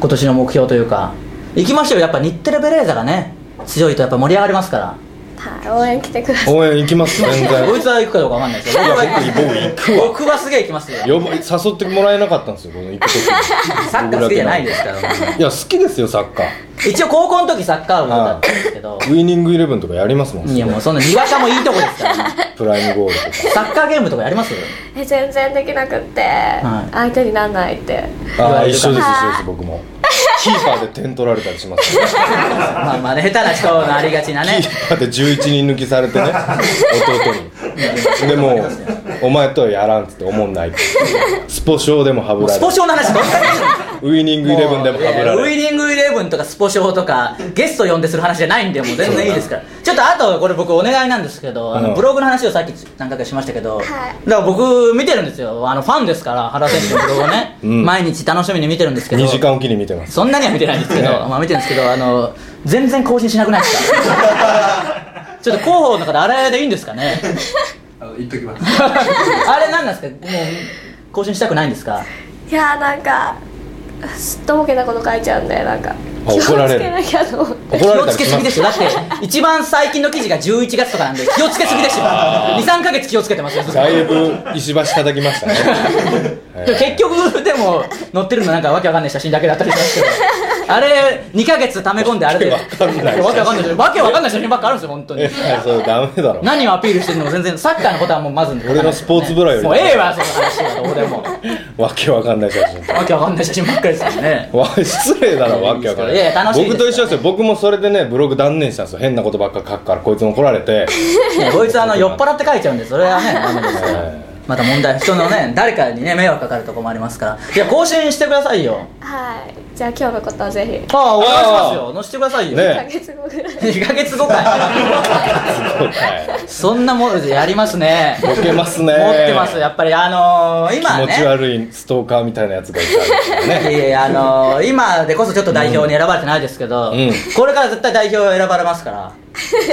Speaker 1: 今年の目標というか行きましょうよやっぱ日テレベレーザがね強いとやっぱ盛り上がりますから
Speaker 3: はい応援来てください
Speaker 2: 応援行きます全然
Speaker 1: こいつは行くかどうかわかんないですけど僕は行くわ僕はすげえ行きますよ
Speaker 2: 呼ば誘ってもらえなかったんですよこの行く時に
Speaker 1: サッカー好きじゃないですから僕
Speaker 2: いや好きですよサッカー
Speaker 1: 一応高校の時サッカー部だったんですけど
Speaker 2: ウイニングイレブンとかやりますもん
Speaker 1: いやもうそんなにわかもいいとこですからね
Speaker 2: プライムゴールと
Speaker 1: サッカーゲームとかやります
Speaker 3: え全然できなくって、
Speaker 1: い
Speaker 3: 相手にならないって
Speaker 2: かああ一緒です一緒
Speaker 3: はい
Speaker 2: です僕もキーパーで点取られたりしますから
Speaker 1: まあまあね下手な人のありがちなね
Speaker 2: キーパーで11人抜きされてね弟にでもお前とはやらんっつって思んないってスポ少でもハブ
Speaker 1: もう
Speaker 2: ら
Speaker 1: ス
Speaker 2: れ
Speaker 1: ポ少の話ばっかりしてる
Speaker 2: ウイニングイレブンでもハブら
Speaker 1: ウ
Speaker 2: れ
Speaker 1: イニングイレブンとかスポショーとかゲスト呼んでする話じゃないんでもう全然いいですからちょっとあとこれ僕お願いなんですけどあ
Speaker 2: う
Speaker 1: の
Speaker 2: ん
Speaker 1: ブログの話をさっき何回かしましたけど、
Speaker 3: はい
Speaker 1: だから僕見てるんですよあのファンですから原選手のブログをね、
Speaker 2: うん
Speaker 1: 毎日楽しみに見てるんですけど
Speaker 2: 2時間おきに見てます
Speaker 1: そんなには見てないんですけど、
Speaker 2: ね
Speaker 1: まあ見てるんですけどあの全然更新しなくないですか ちょっと広報の方あれでいいんですかね
Speaker 4: あの言っときます
Speaker 1: あれ何なんですかもう更新したくないんですか
Speaker 3: いやーなんかすっとぼけたこと書いちゃうんでなんか
Speaker 2: あ怒られる
Speaker 3: 気をつけなきゃと思って
Speaker 2: 怒られ
Speaker 1: 気を
Speaker 2: た
Speaker 1: つけ
Speaker 2: りし
Speaker 1: す
Speaker 2: ま
Speaker 1: ぎですしょだって一番最近の記事が11月とかなんで気をつけすぎでし ょ23か月気をつけてますよ
Speaker 2: だいぶ石橋叩きま したねえー
Speaker 1: 結局でも載ってるのなんかわけわかんない写真だけだったりしますけどあれ2か月溜め込んであれで
Speaker 2: わけわかんない
Speaker 1: わけわかんない写真わけわかんない写真ばっかあるんですよ本当に
Speaker 2: えそれダメだろ
Speaker 1: 何をアピールしてるのか全然サッカーのことはもうまず
Speaker 2: 俺のスポーツブラより
Speaker 1: もうええわその話はどうでも
Speaker 2: わけわかんない写真
Speaker 1: わけわかんない写真ばっかりですよね
Speaker 2: わ失礼だろわけわかんない
Speaker 1: いやいや楽しいです
Speaker 2: 僕と一緒ですよ僕もそれでねブログ断念したんですよ変なことばっか書くからこいつも怒ら れて
Speaker 1: ねこいつあの酔っ払って書いちゃうんでそれはねダメですから
Speaker 2: え
Speaker 1: また問題人のね誰かにね迷惑かかるとこもありますからいや更新してくださいよ
Speaker 3: はいじゃあ今日のことはぜひ
Speaker 1: ああお願いしますよ載せてくださいよ、
Speaker 2: ね
Speaker 3: 1ヶ月後ぐらい
Speaker 1: 2ヶ月後かい
Speaker 2: ーはい
Speaker 1: そんなもんやりますね
Speaker 2: ボケますね
Speaker 1: 持ってますやっぱりあのー、今
Speaker 2: 気
Speaker 1: ね
Speaker 2: 持ち悪いストーカーみたいなやつがいたんですよ
Speaker 1: い
Speaker 2: ね
Speaker 1: やいやあのー、今でこそちょっと代表に選ばれてないですけど、
Speaker 2: うん
Speaker 1: これから絶対代表選ばれますから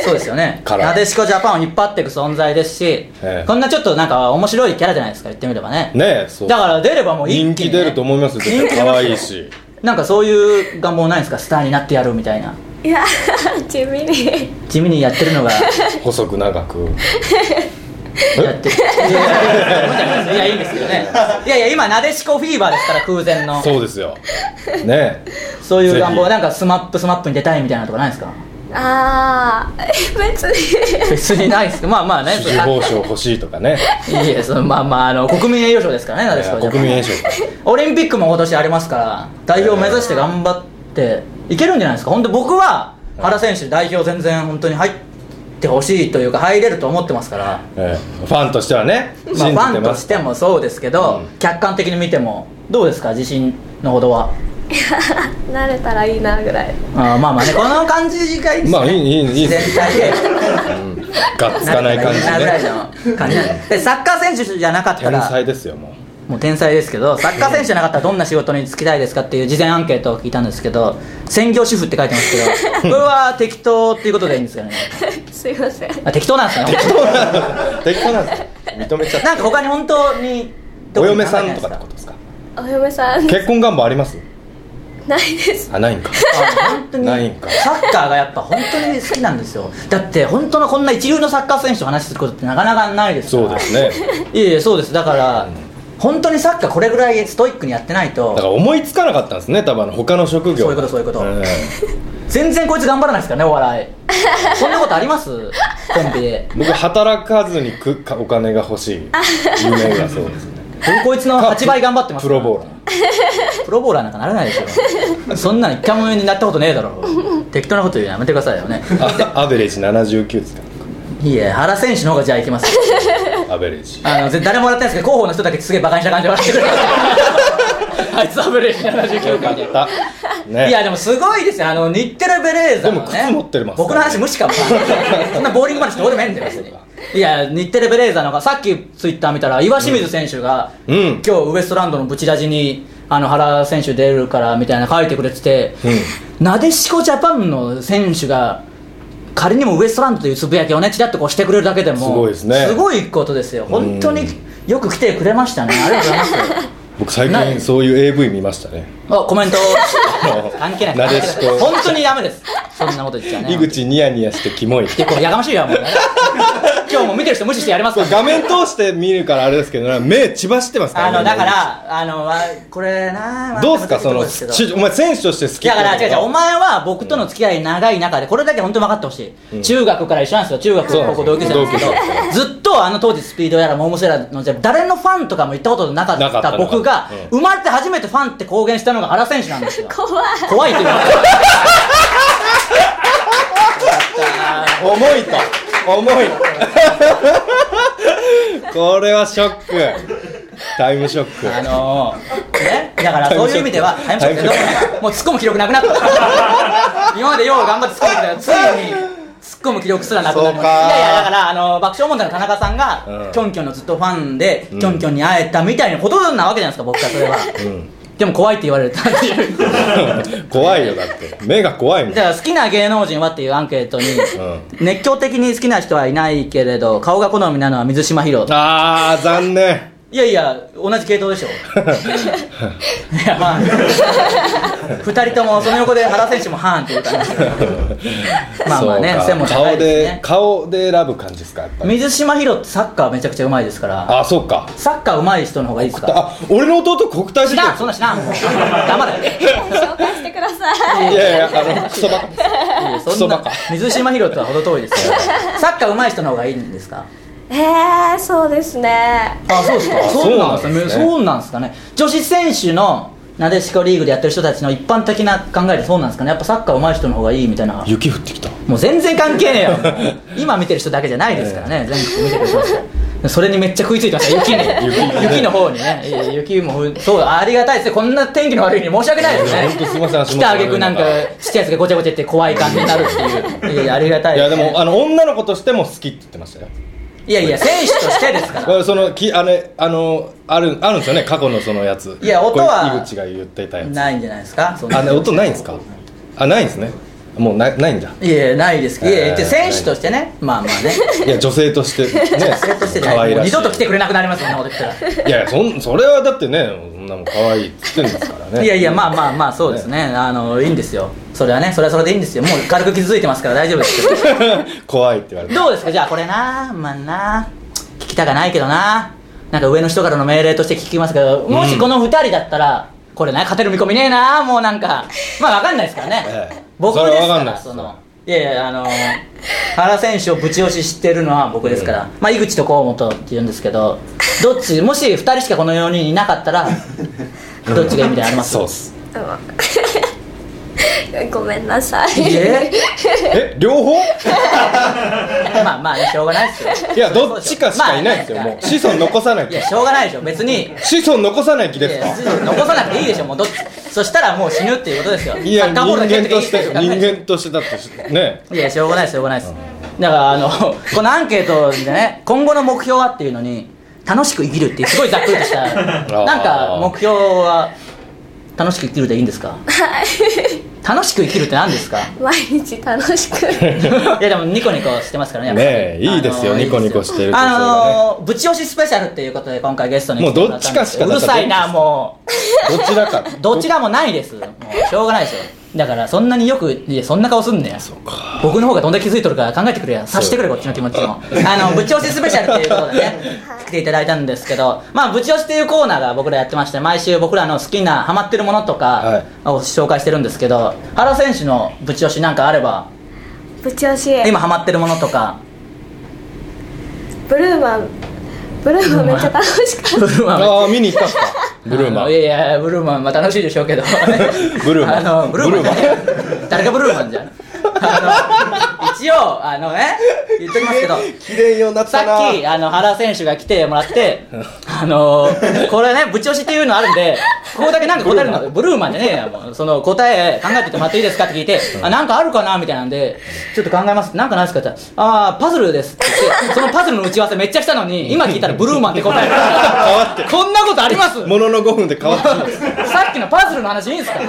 Speaker 1: そうですよね
Speaker 2: から
Speaker 1: なでしこジャパンを引っ張っていく存在ですし、
Speaker 2: え
Speaker 1: こんなちょっとなんか面白いキャラじゃないですか言ってみればね
Speaker 2: ねえそう
Speaker 1: だから出ればもう一気に、ね、
Speaker 2: 人気出ると思いますよ絶対可愛 いし
Speaker 1: なんかそういう願望ないんですかスターになってやるみたいない
Speaker 3: や 地味に
Speaker 1: 地味にやってるのが
Speaker 2: 細く長く
Speaker 1: やってるいやいやいやいやいやいいんですけどねいやいや今なでしこフィーバーですから空前の
Speaker 2: そうですよね
Speaker 1: そういう願
Speaker 2: ぜ
Speaker 1: 望
Speaker 2: ひ
Speaker 1: なんかスマップスマップに出たいみたいなとかないですか
Speaker 3: あー別に
Speaker 1: 別にないですけど まあまあね
Speaker 2: え
Speaker 1: そ
Speaker 2: 支持
Speaker 1: れあ
Speaker 2: 報奨欲しいとかね
Speaker 1: いやそのまあまああの国民栄誉賞ですからねなでしこ
Speaker 2: いや国民栄誉
Speaker 1: 賞オリンピックも今年ありますから代表を目指して頑張っていけるんじゃないですか本当僕は原選手代表全然本当に入ってほしいというか入れると思ってますから
Speaker 2: ええファンとしてはね信じ
Speaker 1: まあ、
Speaker 2: て
Speaker 1: ファン
Speaker 2: ま
Speaker 1: とし
Speaker 2: す
Speaker 1: てもそうですけど、客観的に見てもどうですか自信のほどは
Speaker 3: 慣れたらいいなぐらい
Speaker 1: あーまあまあねこの感じがいいですね
Speaker 2: まあいいいいいいです
Speaker 1: 全体で
Speaker 2: がっつかない感じ
Speaker 1: なぐらい
Speaker 2: ね
Speaker 1: の感じなんででサッカー選手じゃなかった
Speaker 2: 天
Speaker 1: ら
Speaker 2: 才ですよも
Speaker 1: もう天才ですけどサッカー選手じゃなかったらどんな仕事に就きたいですかっていう事前アンケートを聞いたんですけど専業主婦って書いてます けどこれは適当っていうことでいいんですよね
Speaker 3: すいません
Speaker 1: あ適当なんですね適当
Speaker 2: う適当なんですよ認めちゃっ
Speaker 1: なんか他に本当に
Speaker 2: たお嫁さんとかって
Speaker 1: あ
Speaker 2: ことですか
Speaker 3: お嫁さん
Speaker 2: 結婚願望あります
Speaker 3: ないです
Speaker 2: あないんか
Speaker 1: 本当に
Speaker 2: ないんか
Speaker 1: サッカーがやっぱ本当に好きなんですよだって本当のこんな一流のサッカー選手と話することってなかなかないですか
Speaker 2: そ
Speaker 1: ら
Speaker 2: うですね
Speaker 1: いえいえそうですだから、本当にサッカーこれぐらいストイックにやってない
Speaker 2: だから
Speaker 1: と
Speaker 2: 思いつかなかったんですね多分あの他の職業
Speaker 1: そういうことそういうこと
Speaker 2: ん
Speaker 1: 全然こいつ頑張らないですからねお笑い そんなことありますコンビで
Speaker 2: 僕働かずにくかお金が欲しい夢がそうですね
Speaker 1: 僕こいつの8倍頑張ってます
Speaker 2: プロボーラ
Speaker 1: ープロボーラーなんかならないでしょそんなの一回もになったことねえだろ適当なこと言うのやめてくださいよね
Speaker 2: ーあアベレージ79ですか
Speaker 1: いえ原選手の方がじゃあいきます
Speaker 2: アベレ ージ
Speaker 1: あのぜ誰も笑ってないですけど広報の人だけすげえバカにした感じで笑ってくれる あいつアベレージ79回
Speaker 2: よかったね
Speaker 1: いやでもすごいですよあの日テレベレーザの、ね、
Speaker 2: でも靴持ってます
Speaker 1: 僕の話無 視かもそんなボーリング話どうでもええんだよ別にいや日テレベレーザのがさっきツイッター見たら岩清水選手が、
Speaker 2: うんうん
Speaker 1: 今日ウエストランドのブチラジにあの原選手出るからみたいな書いてくれてて、なでしこジャパンの選手が仮にもウエストランドというつぶやきをねちらっとこうしてくれるだけでも
Speaker 2: すごいですね
Speaker 1: すごいことですよ本当によく来てくれましたねありがとうございます
Speaker 2: 僕最
Speaker 1: ない
Speaker 2: 近そういう AV 見ましたね
Speaker 1: あコメント 関係ない
Speaker 2: なでしこ
Speaker 1: 本当にダメですそんなこと言っちゃね
Speaker 2: 井口ニヤニヤしてキモい
Speaker 1: いやこれやがましいよもうね今日も見てる人無視してやります
Speaker 2: こ
Speaker 1: か
Speaker 2: れ
Speaker 1: ら
Speaker 2: 画面通して見るからあれですけどね目血走ってますから
Speaker 1: あ
Speaker 2: ね
Speaker 1: のだからあのわこれな
Speaker 2: どうすかその
Speaker 1: ちょ
Speaker 2: ちお前選手として好きって
Speaker 1: だ
Speaker 2: こ
Speaker 1: か
Speaker 2: と
Speaker 1: ら違う違うお前は僕との付き合い長い中でこれだけ本当に分かってほしい、
Speaker 2: ん
Speaker 1: 中学から一緒なんですよ中学
Speaker 2: そう
Speaker 1: 高校同級生なんですけど
Speaker 2: 同級生
Speaker 1: ずっとあの当時スピードやらモームセラの誰のファンとかも行ったことなか
Speaker 2: なか
Speaker 1: っ
Speaker 2: ったた
Speaker 1: 僕が
Speaker 2: なかった
Speaker 1: 生まれて初めてファンって公言したのが原選手なんですよ
Speaker 3: 怖い
Speaker 1: 怖いって言われた
Speaker 2: 重いと重い これはショックタイムショック
Speaker 1: あのー、ね、だから
Speaker 2: タイ
Speaker 1: そ
Speaker 2: ム
Speaker 1: ういう意味 では、タ
Speaker 2: ショック
Speaker 1: イムショック
Speaker 2: タイム
Speaker 1: けど、もう突っ込む気力なくなった。今までよう頑張って突っ込んでた よ。ついに、突っ込む気力すらなくな
Speaker 2: そ
Speaker 1: る。い
Speaker 2: うか
Speaker 1: やいや、だから、あのー、爆笑問題の田中さん
Speaker 2: う
Speaker 1: が
Speaker 2: ん、
Speaker 1: キョンキョンのずっとファンで、キ
Speaker 2: うん
Speaker 1: ョンキョンに会えたみたいなことなわけじゃないですか、僕はそれは。
Speaker 2: うん
Speaker 1: でも怖いって言われたっていう。
Speaker 2: 怖いよだって目が怖いもん
Speaker 1: だから好きな芸能人はっていうアンケートに、
Speaker 2: う
Speaker 1: 熱狂的に好きな人はいないけれど、顔が好みなのは水島ヒロ。
Speaker 2: ああ残念
Speaker 1: いやいや、同じ系統でしょ。いや、まあ、二人とも、その横で原選手もハーンって言うから、 まあまあね
Speaker 2: そうか
Speaker 1: 背も高いですね
Speaker 2: 顔で顔で選ぶ感じですかやっぱり
Speaker 1: 水島ヒロってサッカーめちゃくちゃうまいですから、
Speaker 2: あそうか
Speaker 1: サッカーうまい人の方がいいですか
Speaker 2: あ俺の弟国体
Speaker 1: 知
Speaker 2: 出
Speaker 1: らん、
Speaker 2: て
Speaker 1: そんなん知らん。黙れ。
Speaker 3: 紹介してください
Speaker 2: るいやいやあのクソバ
Speaker 1: そんな
Speaker 2: カクソバカ
Speaker 1: 水島ヒロとは程遠いですよ。サッカーうまい人の方がいいんですか
Speaker 3: えー、そうですね
Speaker 1: あ、そうですか。そう
Speaker 2: そう
Speaker 1: な
Speaker 2: なんん
Speaker 1: で
Speaker 2: ですすね
Speaker 1: そうなんですかね。女子選手の、なでしこリーグでやってる人たちの一般的な考えでそうなんですかね。やっぱサッカーうまい人の方がいいみたいな。
Speaker 2: 雪降ってきた
Speaker 1: もう全然関係ねえよ今見てる人だけじゃないですからね、全国見てる人ですそれにめっちゃ食いついてました雪に雪の方にねいや雪もふそうありがたいですねこんな天気の悪い日に申し訳ないですね
Speaker 2: いや本当すいません足
Speaker 1: 来
Speaker 2: 元
Speaker 1: たあげくなんか
Speaker 2: 悪い
Speaker 1: ちっちゃいやつがごちゃごちゃって怖い感じになるっていういやいやありがたい
Speaker 2: いやで
Speaker 1: ね
Speaker 2: もあの女の子としても好きって言ってましたよ
Speaker 1: いやいや選手としてですから
Speaker 2: これそのきあれあのあるあるんですよね過去のそのやつ
Speaker 1: いや音は
Speaker 2: これ井口が言っていたやつ
Speaker 1: ないんじゃないですかそんな
Speaker 2: あね音ないんですかあないんですねもうないないんだ
Speaker 1: いやいやないですけどいやいや
Speaker 2: えー
Speaker 1: 選手としてねまあまあね
Speaker 2: いや女性としてね
Speaker 1: それとしてね
Speaker 2: 可愛
Speaker 1: もう
Speaker 2: らし
Speaker 1: 二
Speaker 2: い
Speaker 1: 度と来てくれなくなりますよそんなこと言ったら
Speaker 2: いやいやそんそれはだってねそんなもん可愛いっつってんですからね
Speaker 1: いやいやまあまあまあそうですねあのいいんですよそれはねそれはそれでいいんですよもう軽く傷ついてますから大丈夫です け
Speaker 2: 怖いって言わ
Speaker 1: ど
Speaker 2: れて
Speaker 1: どうですかじゃあこれなまあな聞きたかないけどななんか上の人からの命令として聞きますけどもしこの二人だったら、これな勝てる見込みねえなもうなんかまあわかんないですからね、
Speaker 2: ええ
Speaker 1: 僕で
Speaker 2: そ
Speaker 1: す
Speaker 2: れは
Speaker 1: か
Speaker 2: わからんないです
Speaker 1: そのいやいやあの原選手をぶち押ししてるのは僕ですから、まあ井口と河本って言うんですけどどっちもし二人しかこの4人いなかった らどっちがいいみたいなのあります
Speaker 2: そうっす
Speaker 3: うん ごめんなさい
Speaker 1: いえ
Speaker 2: え両 方
Speaker 1: まあまあね、しょうがないですよ。
Speaker 2: いやどっちかしかいないんですよ、
Speaker 1: まあ
Speaker 2: もう子孫残さない
Speaker 1: い
Speaker 2: 気
Speaker 1: や、しょうがないでしょ、別に。
Speaker 2: 子孫残さない気
Speaker 1: い
Speaker 2: です
Speaker 1: や
Speaker 2: か
Speaker 1: 残さなくていいでしょ、もうどっち。そしたらもう死ぬっていうことですよ。
Speaker 2: いや
Speaker 1: サッ
Speaker 2: 人
Speaker 1: カーボールだけやっ
Speaker 2: 間
Speaker 1: きゃい
Speaker 2: と
Speaker 1: い
Speaker 2: し
Speaker 1: で
Speaker 2: て
Speaker 1: すよ
Speaker 2: 人間としてだってね
Speaker 1: いや、しょうがないです、しょうがないです。だから、あの、このアンケートでね、今後の目標はっていうのに、楽しく生きるっていう、すごいざっくりとした、
Speaker 2: ー
Speaker 1: なんか目標は、楽しく生きるでいいんですか楽しく生きるって何ですか
Speaker 3: 毎日楽しく
Speaker 1: い やでもニコニコしてますからねやっぱり
Speaker 2: ねえいいですよ
Speaker 1: あのー
Speaker 2: ニコニコしてる女性
Speaker 1: あ
Speaker 2: がね
Speaker 1: のーぶち押しスペシャルっていうことで今回ゲストに
Speaker 2: もう
Speaker 1: 来てもらたんですけ
Speaker 2: どっ
Speaker 1: うる
Speaker 2: ちかしか
Speaker 1: さい
Speaker 2: だ
Speaker 1: な
Speaker 2: から
Speaker 1: も
Speaker 2: どちらか
Speaker 1: うどちらもないですもうしょうがないですよだからそんなによくいやそんな顔すんねや僕の方がどんだけ気づいとるか考えてくれや察してくれこっちの気持ちもあのぶち押しスペシャルっていうことでね来ていただいたんですけどまあぶち押しっていうコーナーが僕らやってまして毎週僕らの好きなハマってるものと
Speaker 2: は
Speaker 1: か
Speaker 2: い
Speaker 1: を紹介してるんですけど原選手のぶち押しなんかあれば
Speaker 3: ぶち押し
Speaker 1: 今ハマってるものとか
Speaker 3: ブルーマンブルーマンめっちゃ楽しかっ
Speaker 1: ブルーマン
Speaker 2: ああ見に行ったんすかブルーマ
Speaker 1: あ
Speaker 2: ン
Speaker 1: のいやいやブルーマンまあ楽しいでしょうけど
Speaker 2: ブルーマン
Speaker 1: あのブルーマンじゃねえ誰がブルーマンじゃんあの一応あのね言っときますけど
Speaker 2: 綺麗ようになっ
Speaker 1: さ
Speaker 2: たな
Speaker 1: っきあの原選手が来てもらってあのこれねぶち押しっていうのあるんでここだけなんか答えるのブルーマンじゃねえやもうその答え考えててもらっていいですかって聞いて、あなんかあるかなみたいなんでちょっと考えますなんかないですかって言ったらああパズルですって言ってそのパズルの打ち合わせめっちゃしたのに今聞いたらブルーマンって答え
Speaker 2: わ
Speaker 1: るこんなことあります
Speaker 2: ものの5分で変わってる
Speaker 1: さっきのパズルの話いいんすか
Speaker 3: た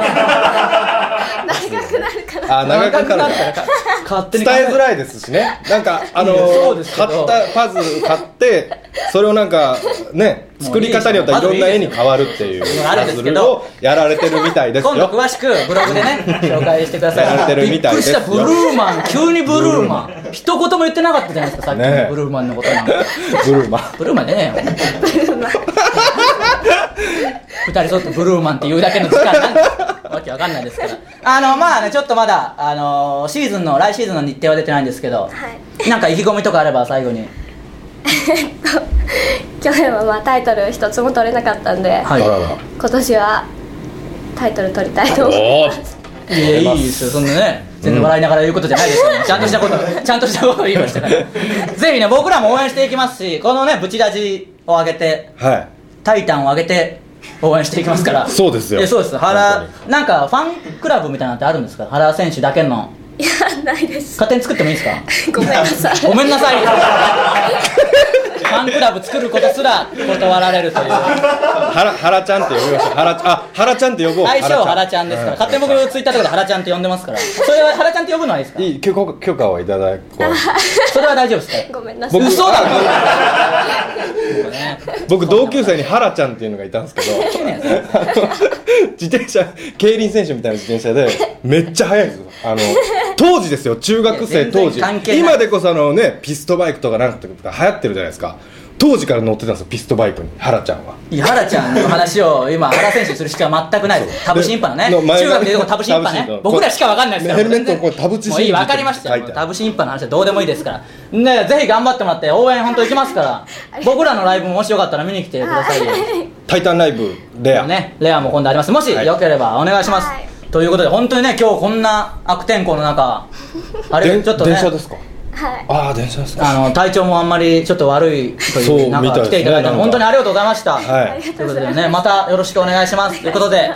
Speaker 3: 長くなるか
Speaker 2: あー長くか
Speaker 1: なっ
Speaker 2: かる
Speaker 1: た
Speaker 2: から
Speaker 1: か勝手
Speaker 2: 伝
Speaker 1: に
Speaker 2: え
Speaker 1: 考え
Speaker 2: づらいですしねなんかあの
Speaker 1: いやそうですけ
Speaker 2: 買
Speaker 1: ど
Speaker 2: ったパズル買ってそれをなんかね
Speaker 1: もう
Speaker 2: 作り方によってはいろんな絵に変わるっていう
Speaker 1: もうあるん
Speaker 2: パ
Speaker 1: です
Speaker 2: ズ
Speaker 1: け
Speaker 2: ル
Speaker 1: ど
Speaker 2: をやられてるみたいです
Speaker 1: 今度
Speaker 2: よ
Speaker 1: 詳しくブログでね紹介してください
Speaker 2: やられてるみたいです
Speaker 1: び
Speaker 2: よ
Speaker 1: っくりしたブルーマン急にブルーマン一言も言ってなかったじゃないですかさっき
Speaker 2: ね
Speaker 1: の
Speaker 2: え
Speaker 1: ブルーマンのことなんか
Speaker 2: ブルーマン
Speaker 1: ブルーマンねえよ 二人そってブルーマンって言うだけの時間なんですわけわかんないですからあのまあねちょっとまだあのシーズンの来シーズンの日程は出てないんですけど、なんか意気込みとかあれば最後に
Speaker 3: 去年はまあタイトル一つも取れなかったんで、
Speaker 1: はい
Speaker 2: あらら
Speaker 3: 今年はタイトル取りたいと思う
Speaker 2: おお
Speaker 1: いやいいですよそんなね全然笑いながら言うことじゃないですよ、ねちゃんとしたことちゃんとしたことを言いました からぜひね僕らも応援していきますしこのねブチラジを上げて
Speaker 2: はい
Speaker 1: タイタンを上げて応援していきますから
Speaker 2: そうですよ
Speaker 1: えそうです原
Speaker 2: 本当
Speaker 1: なんかファンクラブみたいなのってあるんですか原選手だけの
Speaker 3: いやないです
Speaker 1: 勝手に作ってもいいですか
Speaker 3: ごめんなさい
Speaker 1: ごめんなさいファンクラブ作ることすら断られるという
Speaker 2: 原原ちゃんって呼びましょう原ちゃんあ原ちゃんって呼ぼう
Speaker 1: 相性ハラちゃんですから
Speaker 2: はい
Speaker 1: 勝手に僕ツイッターとかでハラちゃんって呼んでますからそれはハラちゃんって呼ぶのはいいですか
Speaker 2: いい許可許可をいただこう
Speaker 1: それは大丈夫ですか
Speaker 3: ごめんなさい
Speaker 2: 僕
Speaker 1: 嘘 だろね
Speaker 2: 僕同級生に原ちゃんっていうのがいたんですけどあの自転車競輪選手みたいな自転車でめっちゃ速いんですよあの当時ですよ中学
Speaker 1: いや
Speaker 2: 生
Speaker 1: 全然
Speaker 2: 当時
Speaker 1: 関係ない
Speaker 2: 今でこそあのねピストバイクとかなんとか流行ってるじゃないですか当時から乗ってたんですよピストバイクに原ちゃんはい
Speaker 1: やハラちゃんの話を今ハラ選手にするしか全くないですタブ審判ね
Speaker 2: の前
Speaker 1: 中学でいうとこタブ審判
Speaker 2: タブ審
Speaker 1: ね
Speaker 2: 判
Speaker 1: 僕らしか分かんないですから
Speaker 2: ヘルメットをこうタブチ審判
Speaker 1: もういい分かりました
Speaker 2: っ
Speaker 1: よ
Speaker 2: て書いてある
Speaker 1: タブ審判の話はどうでもいいですからねぜひ頑張ってもらって応援本当行きますから僕らのライブももしよかったら見に来てくださいよ
Speaker 2: 「タイタンライブレア」
Speaker 1: ね、レアも今度ありますもし、
Speaker 2: はい
Speaker 1: よければお願いします、
Speaker 3: はい
Speaker 1: ということで本当にね今日こんな悪天候の中あれ
Speaker 2: で
Speaker 1: ちょっとね
Speaker 2: 電車ですか
Speaker 3: はい
Speaker 2: ああ電車ですか
Speaker 1: あの体調もあんまりちょっと悪いと
Speaker 2: そう
Speaker 1: いう
Speaker 2: みた
Speaker 1: 中
Speaker 2: いですね
Speaker 1: 来ていただいたの
Speaker 2: なんか
Speaker 1: 本当にありがとうございました、
Speaker 2: はい
Speaker 1: ということでねまたよろしくお願いしますということで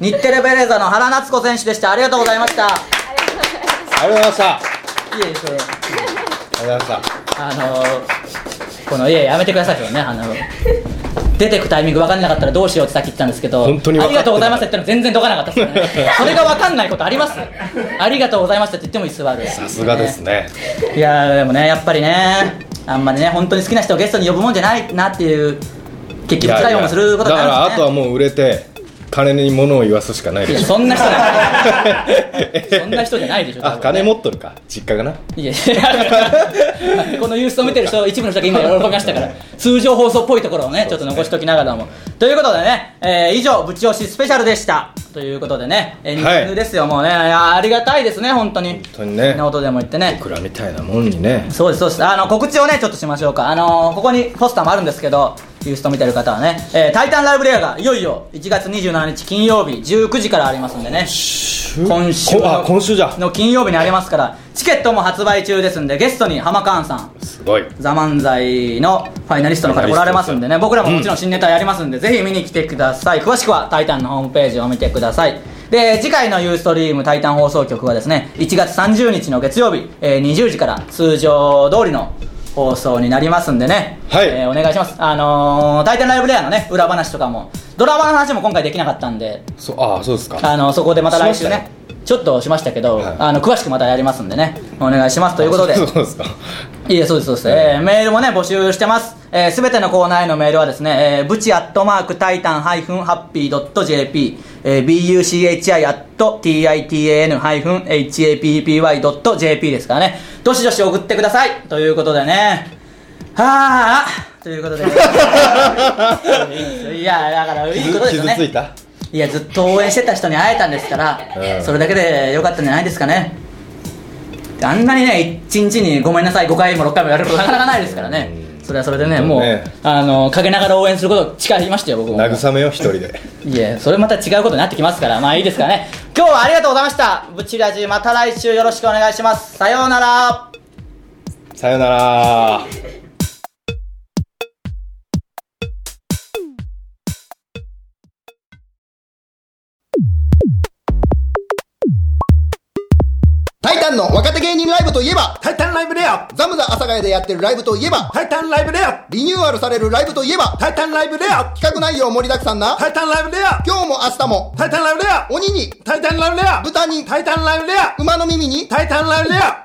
Speaker 1: 日テレベレーザの原夏子選手でしたありがとうございましたい
Speaker 2: ありがとうございましたあ
Speaker 1: えいえそれ
Speaker 2: りがとうございました
Speaker 1: あのこのいややめてくださいよねあの出てくタイミング分かんなかったらどうしようってさっき言ったんですけど
Speaker 2: 本当に
Speaker 1: あ
Speaker 2: 分か
Speaker 1: りが
Speaker 2: ってない
Speaker 1: とうございましたって言ったの全然どかなかったですよ ねそれが分かんないことありますありがとうございましたって言っても居座る
Speaker 2: さすがですね
Speaker 1: いやーでもねやっぱりねあんまりね本当に好きな人をゲストに呼ぶもんじゃないなっていう結局
Speaker 2: いや
Speaker 1: 辛い
Speaker 2: いや
Speaker 1: 思いすること
Speaker 2: だ
Speaker 1: に
Speaker 2: か
Speaker 1: な
Speaker 2: ら
Speaker 1: るん
Speaker 2: あ
Speaker 1: です
Speaker 2: と
Speaker 1: ね
Speaker 2: はもう売れて金に物を言わすしかない
Speaker 1: い
Speaker 2: で
Speaker 1: や
Speaker 2: しょ
Speaker 1: そんな人じゃない そんな人じゃないでしょ多
Speaker 2: あ
Speaker 1: 分ね
Speaker 2: 金持っとるか実家がない
Speaker 1: やいや このユースを見てる人一部の人が今喜びましたから通常放送っぽいところをねちょっと残しときながらもということでね、えー以上「ぶち押しスペシャル」でしたということでねエンディングですよ、もうねいやありがたいですね本当に
Speaker 2: 本当にね
Speaker 1: そんなことでも言ってね
Speaker 2: 僕らみたいなもんにね
Speaker 1: そうですそうですあの告知をねちょっとしましょうかあのーここにポスターもあるんですけどユースト見てる方はね「えータイタンライブレア」がいよいよ1月27日金曜日19時からありますんでね今週
Speaker 2: こ
Speaker 1: の
Speaker 2: あ今週じゃ
Speaker 1: の金曜日にありますからチケットも発売中ですんでゲストに浜カーンさん
Speaker 2: すごい
Speaker 1: 「ザ漫才のファイナリストの方来られますんでね僕らももちろん新ネタやりますんで、ぜひ見に来てください詳しくは「タイタン」のホームページを見てくださいで次回の「ユーストリームタイタン放送局」はですね1月30日の月曜日、えー20時から通常通りの放送になりますんでね、
Speaker 2: はい
Speaker 1: えーお願いしますあのー「タイタンライブレア」のね裏話とかもドラマの話も今回できなかったんで
Speaker 2: そうああそうですか
Speaker 1: あのそこでまた来週
Speaker 2: しました
Speaker 1: ねちょっとしましたけど、
Speaker 2: はい
Speaker 1: あの詳しくまたやりますんでねお願いしますということで
Speaker 2: そうですか
Speaker 1: いえ、そうです、そうです。えーメールもね、募集してます。えすべてのコーナーへのメールはですね、えー、ブチアットマークタイタンハイフンハッピードット JP、えー、buchi アット titan ハイフン happy ドット JP ですからね、どしどし送ってくださいということでね、はぁということ で、いや、だから、いいことですよ
Speaker 2: 傷
Speaker 1: ね。
Speaker 2: ついた
Speaker 1: いやずっと応援してた人に会えたんですから、
Speaker 2: うん
Speaker 1: それだけで良かったんじゃないですかねあんなにね1日に「ごめんなさい」5回も6回もやることなかなかないですからねそれはそれでね
Speaker 2: うん
Speaker 1: もう、
Speaker 2: ね
Speaker 1: あの陰ながら応援することを誓いましたよ僕も
Speaker 2: 慰めよう一人で
Speaker 1: いやそれまた違うことになってきますからまあいいですからね今日はありがとうございましたブチラジまた来週よろしくお願いしますさようなら
Speaker 2: さよなら
Speaker 4: タイタンの若手芸人ライブといえば、
Speaker 5: タイタンライブレア
Speaker 4: ザムザ阿佐ヶ谷でやってるライブといえば、
Speaker 5: タイタンライブレア
Speaker 4: リニューアルされるライブといえば、
Speaker 5: タイタンライブレア
Speaker 4: 企画内容盛りだくさんな、
Speaker 5: タイタンライブレア
Speaker 4: 今日も明日も、
Speaker 5: タイタンライブレア
Speaker 4: 鬼に、
Speaker 5: タイタンライブレア
Speaker 4: 豚に、
Speaker 5: タイタンライブレア
Speaker 4: 馬の耳に、
Speaker 5: タイタンライブレア